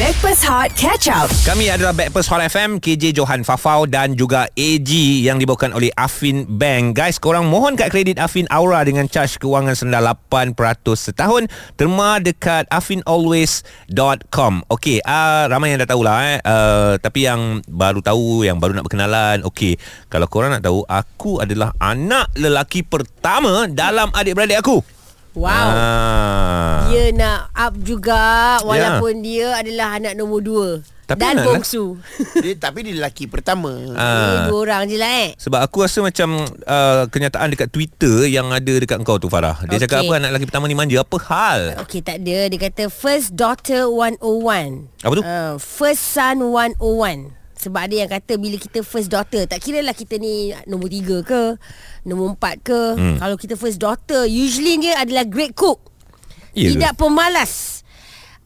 Backpass Hot Catch Up. Kami adalah Backpers Hot FM KJ Johan Fafau Dan juga AG Yang dibawakan oleh Afin Bank Guys korang mohon kad kredit Afin Aura Dengan charge kewangan senda 8% setahun Terma dekat afinalways.com Okay uh, Ramai yang dah tahulah eh. uh, Tapi yang baru tahu Yang baru nak berkenalan Okay Kalau korang nak tahu Aku adalah anak lelaki pertama Dalam adik-beradik aku Wow. ah. Dia nak up juga walaupun dia adalah anak nombor dua. Ya. Tapi dan anak bongsu. dia, Tapi dia lelaki pertama Eh, Ah. dua orang je lah eh. Sebab aku rasa macam uh, kenyataan dekat Twitter yang ada dekat engkau tu Farah. Dia Okey. okay. cakap apa anak lelaki pertama ni manja. Apa hal? Okey tak ada Dia kata First daughter 101 Apa tu? Uh, first son 101 Sebab ada yang kata Bila kita first daughter Tak kira lah kita ni Nombor tiga ke Nombor empat ke hmm. Kalau kita first daughter Usually dia adalah great cook Ya ke? Tidak pemalas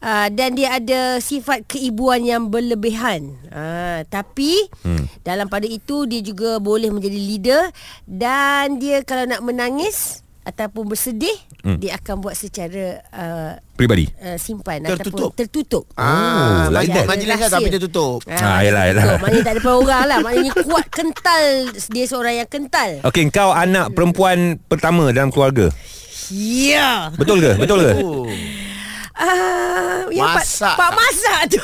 Uh, dan dia ada sifat keibuan yang berlebihan. Uh, tapi hmm. dalam pada itu dia juga boleh menjadi leader dan dia kalau nak menangis ataupun bersedih hmm. dia akan buat secara uh, Peribadi. Oh, uh, simpan Tertutup. ataupun tertutup. Ah, like majlis- that. Majlis lah tapi dia tutup Ah, Ah, yelah, yelah. Tutup. Maknanya tak ada orang lah Maknanya kuat kental Dia seorang yang kental Okey, kau anak perempuan pertama dalam keluarga. Ya Betul ke? Betul ke? Oh. Ah, yang Masak Pak, pak tak? masak tu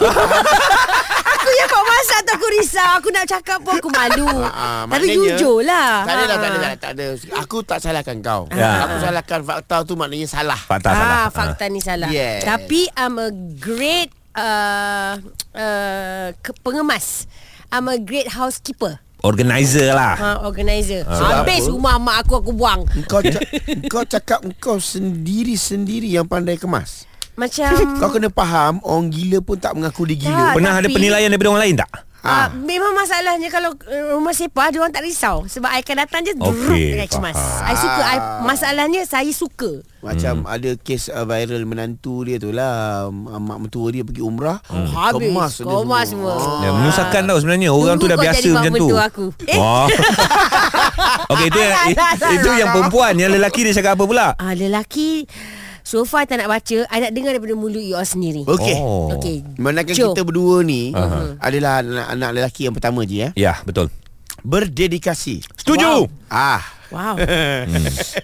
Aku yang pak masak tu Aku risau Aku nak cakap pun aku malu Ah, Tapi maknanya- jujur lah Tak ada lah, tak ada Ah. lah, tak ada. Aku tak salahkan kau. Ya. Aku salahkan fakta tu maknanya salah. Fakta ah, salah. Fakta ni salah Yes. Tapi I'm a great uh, uh, ke- Pengemas I'm a great housekeeper Organizer lah. Ha, organizer. Sebab Habis apa? rumah mak aku aku buang. Kau ca- kau cakap kau sendiri-sendiri yang pandai kemas. Macam Kau kena faham orang gila pun tak mengaku dia gila. Tak. Pernah ada Ah, tapi- penilaian daripada orang lain tak? Ah. ha. uh, memang masalahnya kalau uh, rumah sepah dia orang tak risau sebab I akan datang je druk Okey, dengan cemas. faham. I suka I, masalahnya saya suka. Macam hmm. ada kes uh, viral menantu dia tu lah uh, Mak mentua dia pergi umrah hmm. Habis, Kemas dia kemas semua. Ya, menyusahkan tau sebenarnya. Orang Dulu tu dah Ah. kau biasa jadi macam tu. pembantu aku. Eh? Wah. Okey, itu yang Alah, alah, itu alah. yang perempuan, yang lelaki dia cakap apa pula? Ah lelaki so far I tak nak baca, I nak dengar daripada mulut you all sendiri. Okey oh. Oh. Okey. Manakala Jom. kita berdua ni uh-huh. Adalah anak, anak lelaki yang pertama je eh Ya, betul. Berdedikasi Setuju. Ah Wow.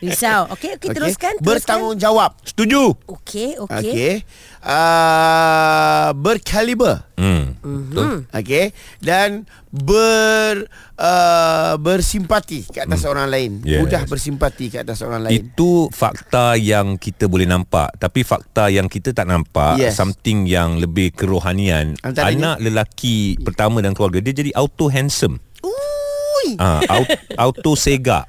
Risau. Okey, okey okay. teruskan, teruskan. Bertanggungjawab Setuju. Okey, okey. Okay. Okey. Uh, berkaliber. Hmm. Mhm. Betul. Okey. Dan ber uh, bersimpati ke atas hmm. orang lain. Yes. Yes. Mudah bersimpati ke atas orang lain. Itu fakta yang kita boleh nampak Tapi fakta yang kita tak nampak yes. Yes. Something yang lebih kerohanian Antaranya? Anak lelaki pertama dan keluarga Dia jadi auto handsome Ui. ha, auto, auto sega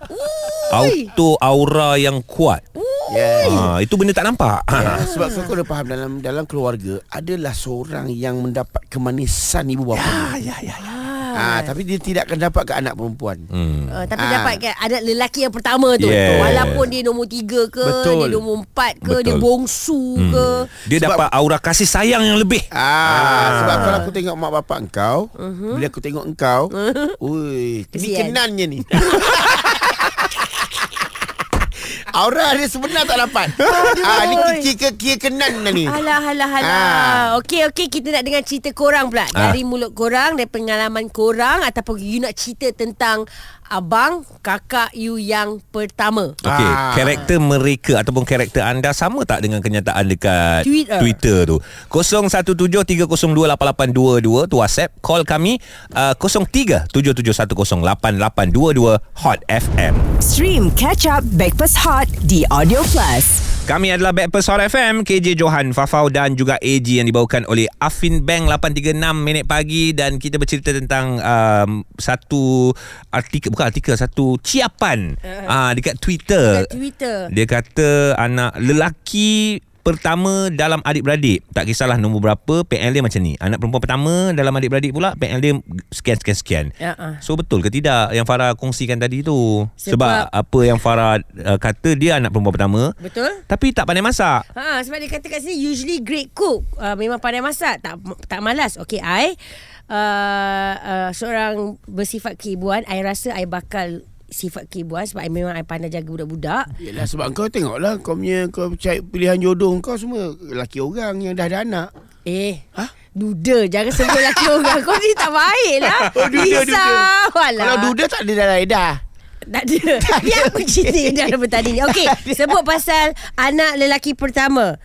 Auto aura yang kuat Yes. ha, Itu benda tak nampak ha. Ah, Sebab kau kena faham dalam dalam keluarga adalah seorang yang mendapat kemanisan ibu bapa. Ya, ya, ya. Ah, tapi dia tidak akan dapat ke anak perempuan. hmm. Uh, tapi Ah. dapat kan ada lelaki yang pertama tu Yes. walaupun dia nombor tiga ke Betul. dia nombor empat ke dia Betul. bongsu hmm. ke Dia Sebab- dapat aura kasih sayang yang lebih Ah, sebab kalau aku tengok mak bapak engkau, uh-huh. bila aku tengok engkau, ui, ni Mhm. Kesian. kenannya ni. Aura dia sebenar tak dapat. ah, ni kira, kira, kira kenan dah ni. Alah, alah, alah. Ah. Okey, okey. Kita nak dengar cerita korang pula. Ah. Dari mulut korang, dari pengalaman korang. Ataupun you nak cerita tentang abang, kakak you yang pertama. Okey, Ah. karakter mereka ataupun karakter anda sama tak dengan kenyataan dekat Twitter. Twitter tu? 0173028822 tu WhatsApp, call kami uh, 0377108822 Hot FM. Stream Catch Up Backpass Hot di Audio Plus. Kami adalah Backpers Hot FM KJ Johan, Fafau dan juga AG Yang dibawakan oleh Afin Bank 836 minit pagi Dan kita bercerita tentang um, Satu artikel Bukan artikel Satu ciapan uh, Dekat Twitter Eh. Dekat Twitter. Dia kata Anak lelaki Pertama dalam adik-beradik Tak kisahlah nombor berapa PL dia macam ni Anak perempuan pertama dalam adik-beradik pula PL dia sekian-sekian-sekian Ya, ah. So betul ke tidak Yang Farah kongsikan tadi tu Sebab, Sebab- apa yang Farah uh, kata Dia anak perempuan pertama Betul? tapi tak pandai masak. Ha, sebab dia kata kat sini usually great cook. Uh, memang pandai masak, tak tak malas. Okay, I uh, uh, seorang bersifat keibuan. I rasa I bakal sifat keibuan sebab I memang I pandai jaga budak-budak. Yelah sebab kau tengoklah kau punya kau cari pilihan jodoh kau semua lelaki orang yang dah ada anak. Eh. Hah? Duda Jangan sebut lelaki orang Kau ni tak baik lah Risau Alah. Oh, Kalau duda tak ada dalam edah Tak ada Yang aku cerita Dalam petani ni Okey Sebut pasal Anak lelaki pertama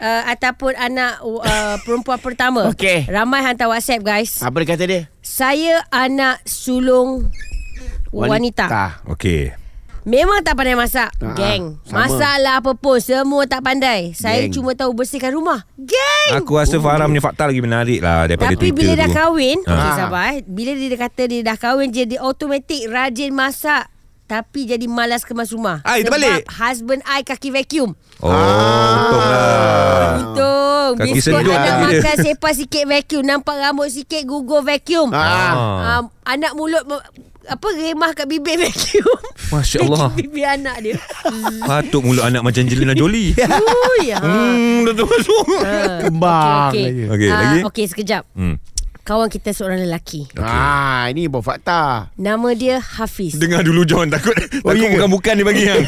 uh, Ataupun anak uh, Perempuan pertama Okey. Ramai hantar whatsapp guys Apa dia kata dia? Saya anak sulung Wanita, wanita. Okey. Memang tak pandai masak Ah, Geng sama. Masalah apa pun Semua tak pandai Saya Geng. cuma tahu bersihkan rumah Geng Aku rasa Farah punya fakta lagi menarik lah Tapi daripada bila Twitter tu. dah kahwin ha. Okay Ah. sabar eh Bila dia dah kata dia dah kahwin je Dia automatik rajin masak Tapi jadi malas kemas rumah Ah, itu Sebab balik. husband I kaki vacuum Oh, untung lah. Untung Kaki lah. Biskut senduk anak kaki dia. makan sepa sikit vacuum Nampak rambut sikit gugur vacuum Ah. Ah. um, Anak mulut me- apa remah kat bibir vacuum Masya Ya Allah. Vacuum bibir anak dia Patut mulut anak macam Angelina Jolie. Ui, ya. Hmm, dah tu masuk. Kembang Okey, lagi. Okey, Ah, lagi? Okey sekejap Hmm. Kawan kita seorang lelaki Ah, ini buat fakta. Nama dia Hafiz Dengar dulu John takut oh, takut iya ke? bukan-bukan dia bagi hang.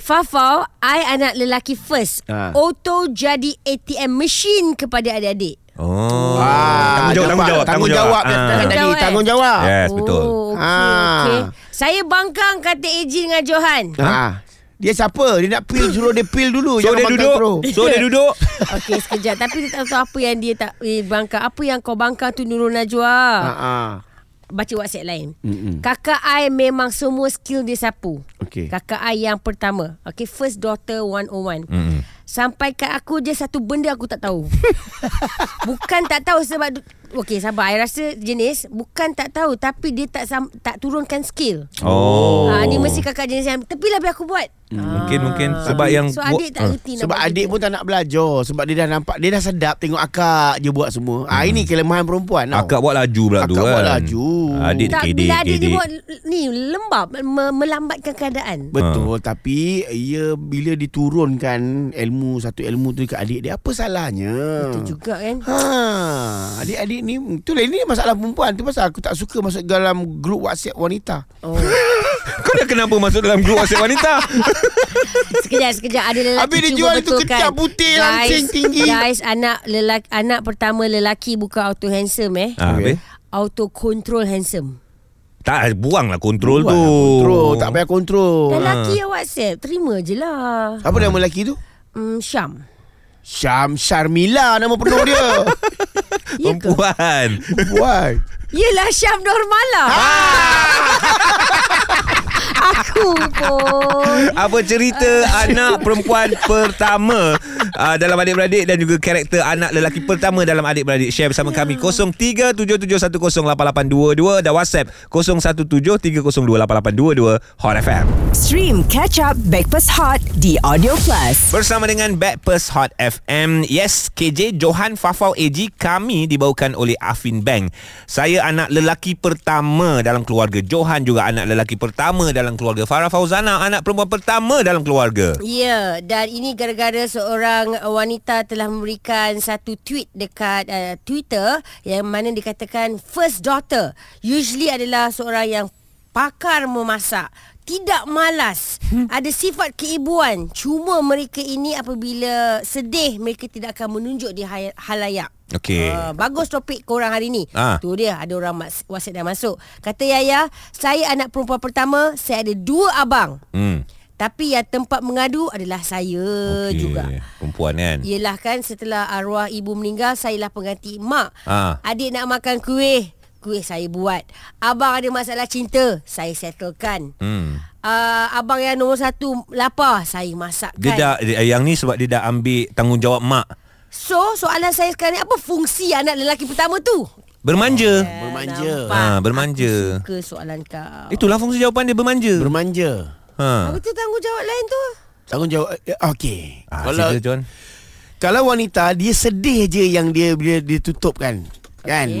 Fafau, I anak lelaki first. Ha. Ha. Auto jadi ATM machine kepada adik-adik. Oh. Ah, Tanggungjawab, tanggungjawab, nampak? tanggungjawab. tanggungjawab. dia Ah. tekan tadi. Tanggungjawab, eh? Tanggungjawab. Yes, betul. Oh, okey, Ha. okey. Saya bangkang kata AJ dengan Johan. Ha. Dia siapa? Dia nak pil suruh dia pil dulu. So Jangan dia makan duduk. terus. So dia duduk. Okey, sekejap. Tapi dia tak tahu apa yang dia tak eh, bangkang. Apa yang kau bangkang tu Nurul Najwa. Ha. Ha. Baca WhatsApp lain. Mm-mm. Kakak I memang semua skill dia sapu. Okey. Kakak I yang pertama. Okay, first daughter 101. Mm-mm. Sampai kat aku je satu benda aku tak tahu. bukan tak tahu sebab du- Okey sabar I rasa jenis bukan tak tahu tapi dia tak sam, tak turunkan skill. Oh. Hmm, Ha, ni mesti kakak jenis yang tepi lah biar aku buat. Ah. Mungkin mungkin sebab yang So adik tak Ah. reti nak Sebab buat adik gitu. pun tak nak belajar Sebab dia dah nampak Dia dah sedap Tengok akak je buat semua ah, Ini kelemahan perempuan tau. Hmm. Akak buat laju pula tu Akak kan buat laju. Adik tak kedek bila adik dia kedek. buat ni lembab me- melambatkan keadaan. Betul Ah. Tapi Ia bila diturunkan Ilmu Satu ilmu tu ke adik dia Apa salahnya Betul juga kan. Ha, adik-adik ni itulah ini masalah perempuan tu pasal aku tak suka masuk dalam grup WhatsApp wanita. Oh. Kau dah kenapa masuk dalam grup WhatsApp wanita Sekejap sekejap ada lelaki Habis dia cuba jual itu betulkan. kecap putih langsing tinggi. Guys, anak lelaki anak pertama lelaki bukan auto handsome eh. ah, Okey. habis? Auto control handsome. Tak buanglah kontrol tu Kontrol, tak payah kontrol. Lelaki yang WhatsApp Terima je lah Apa nama lelaki tu? hmm, Syam Syam Sharmila nama penuh dia. Ya ke? Perempuan Why? Yelah Syam lah. Normala Ha. Aku pun Apa cerita anak perempuan pertama uh, Dalam adik-beradik Dan juga karakter anak lelaki pertama Dalam adik-beradik Share bersama kami 0377108822 Dan WhatsApp 0173028822 Hot FM Stream Catch Up Backpass Hot The Audio Plus. Bersama dengan Backpers Hot FM Yes, KJ Johan Fafau AG Kami dibawakan oleh Afin Bank Saya anak lelaki pertama dalam keluarga Johan juga anak lelaki pertama dalam keluarga Farah Fauzana anak perempuan pertama dalam keluarga Ya, dan ini gara-gara seorang wanita telah memberikan satu tweet dekat uh, Twitter yang mana dikatakan first daughter usually adalah seorang yang pakar memasak, tidak malas, Hmm. ada sifat keibuan. Cuma mereka ini apabila sedih mereka tidak akan menunjuk di hay- halayak. Okey. Ah, bagus topik korang hari ni. Ah. Tu dia ada orang mas- WhatsApp dah masuk. Kata Yaya, saya anak perempuan pertama, saya ada dua abang. Hmm. Tapi yang tempat mengadu adalah saya okay. uh, Okey, juga. Perempuan kan Yelah kan setelah arwah ibu meninggal, sayalah pengganti mak. Ah. Adik nak makan kuih, kuih saya buat. Abang ada masalah cinta, saya settlekan. Hmm. Uh, abang yang nombor satu lapar, saya masakkan. Dia dah, dia- yang ni sebab dia dah ambil tanggungjawab mak So soalan saya sekarang ni, apa fungsi anak lelaki pertama tu? Bermanja Bermanja. nampak. Ah, bermanja. Aku suka soalan kau. Itulah fungsi jawapan dia bermanja Bermanja. ha. Apa tu tanggungjawab lain tu? Tanggungjawab eh, okey. Ah, kalau sila, John kalau wanita dia sedih je yang dia dia ditutupkan. Kan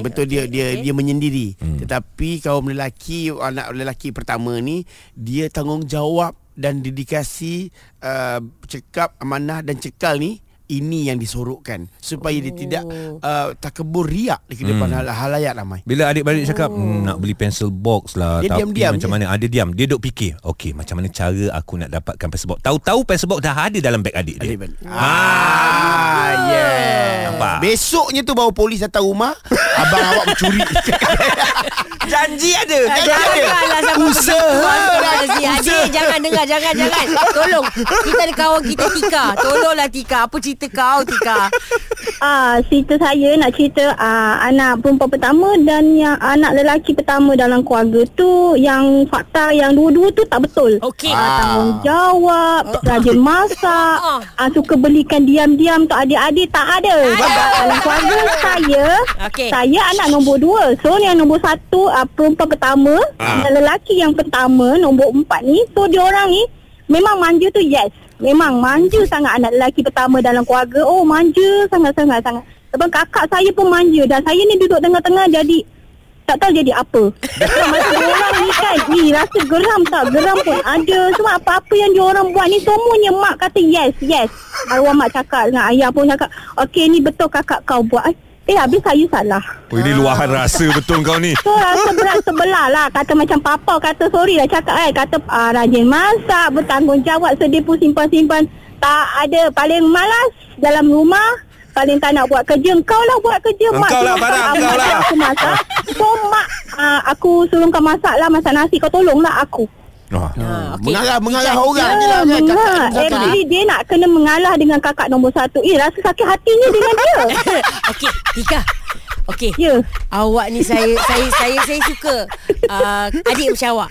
Okey, okay, betul okey, okay, dia dia okey. okay. dia menyendiri. Hmm. Tetapi kaum lelaki anak lelaki pertama ni dia tanggungjawab dan dedikasi uh, cekap amanah dan cekal ni ini yang disorokkan supaya dia tidak Oh. uh, takabur riak di depan hal- halayak ramai. Bila adik-beradik cakap hmm, nak beli pencil box lah Dia tapi diam-diam macam je. mana? Ah, dia diam. Dia duk fikir, okey macam mana cara aku nak dapatkan pencil box. Tahu-tahu pencil box dah ada dalam beg adik dia. Adik-beradik. Ah, yeah. Ha. Nampak? Besoknya tu baru polis datang rumah, abang awak mencuri. Janji ada. Ah, Janganlah sampai Usaha Adik lah, jangan dengar Jangan jangan Tolong Kita ada kawan kita Tika Tolonglah Tika Apa cerita kau Tika Ah, cerita saya nak cerita ah, anak perempuan pertama dan yang anak lelaki pertama dalam keluarga tu yang fakta yang dua-dua tu tak betul. Okey. Ah, tanggungjawab, rajin masak, Ah. ah, suka belikan diam-diam tu adik-adik tak ada. Dalam keluarga saya, Okey. saya anak nombor dua. So yang nombor satu ah, perempuan pertama Ah. dan lelaki yang pertama nombor empat ni. So diorang ni memang manja tu yes. Memang manja sangat anak lelaki pertama dalam keluarga. Oh manja sangat-sangat sangat. Sebab kakak saya pun manja dan saya ni duduk tengah-tengah jadi tak tahu jadi apa. So, masa orang ni kan, ni rasa geram tak? Geram pun ada. Semua apa-apa yang diorang buat ni semuanya mak kata yes, yes. Arwah mak cakap dengan ayah pun cakap, okey ni betul kakak kau buat. Eh habis saya salah. Oh, ini luahan rasa betul kau ni. So rasa berat sebelah lah Kata macam papa Kata sorry lah cakap kan Kata ah, rajin masak Bertanggungjawab So dia pun simpan-simpan Tak ada Paling malas Dalam rumah Paling tak nak buat kerja Engkau lah buat kerja Mak Engkau lah, suruh Farah, kau- engkau ah, lah. Aku masak So mak ah, Aku suruh kau masak lah Masak nasi Kau tolonglah aku Ah. Ah, okey. Mengarah mengarah Tika, orang je lah Ya, kan. Cakap mengalah. satu-satu. Every dia nak kena mengalah dengan kakak nombor satu. Eh, rasa sakit hatinya dengan dia. Okey Tika Okey Ya. Awak ni saya saya saya saya suka uh, adik macam awak.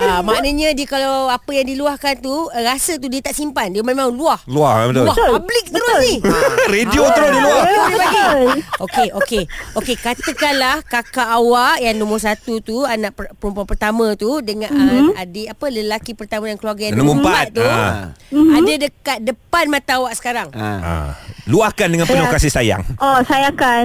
Uh, maknanya dia kalau apa yang diluahkan tu uh, rasa tu dia tak simpan. Dia memang luah. Luah eh, betul. Luah public terus ni. Radio terus di luar. Ya, betul. Okey, okey. Okey, katakanlah kakak awak yang nombor satu tu, anak per- perempuan pertama tu dengan mm-hmm. adik apa lelaki pertama dan keluarga yang Nombor nombor empat. empat tu. Ha. Mm-hmm. Ada dekat depan mata awak sekarang. Ah. Ah. Luahkan dengan penuh Ya. kasih sayang. Oh saya akan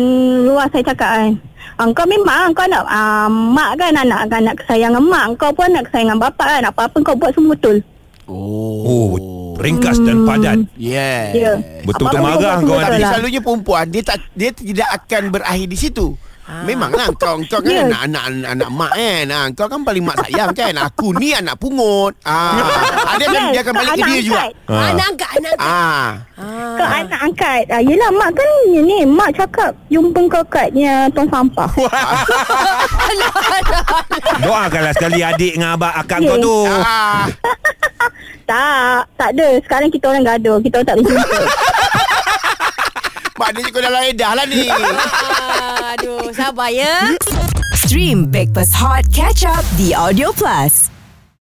luar saya cakap kan ah, Kau memang kau nak ah, Mak kan anak anak kesayangan mak Kau pun anak kesayangan bapak kan Apa-apa kau buat semua betul Oh, ringkas dan padat. Yeah. Ya. Betul-betul Apa-apa marah kau kau Tapi buat adik. Betul lah. selalunya perempuan dia tak dia tidak akan berakhir di situ. Memanglah kau kau kan Ah. Ya. anak, anak anak anak mak kan. Ah, kau kan paling mak sayang kan. Aku ni anak pungut. Ah, ah, dia akan Yes, dia akan balik kan? kau ke dia anak juga. angkat. Anak angkat, anak Ah. angkat. Ah. Kau anak angkat ah, Yelah mak kan ni, ni Mak cakap Jumpa kau katnya Tuan sampah Doakanlah sekali adik dengan abang akak Ya. kau tu. Ah. Tak Tak ada Sekarang kita orang gaduh Kita orang tak boleh jumpa Maknanya kau dalam edah lah ni. Aduh, sabar ya. Stream Breakfast Hot Catch Up The Audio Plus.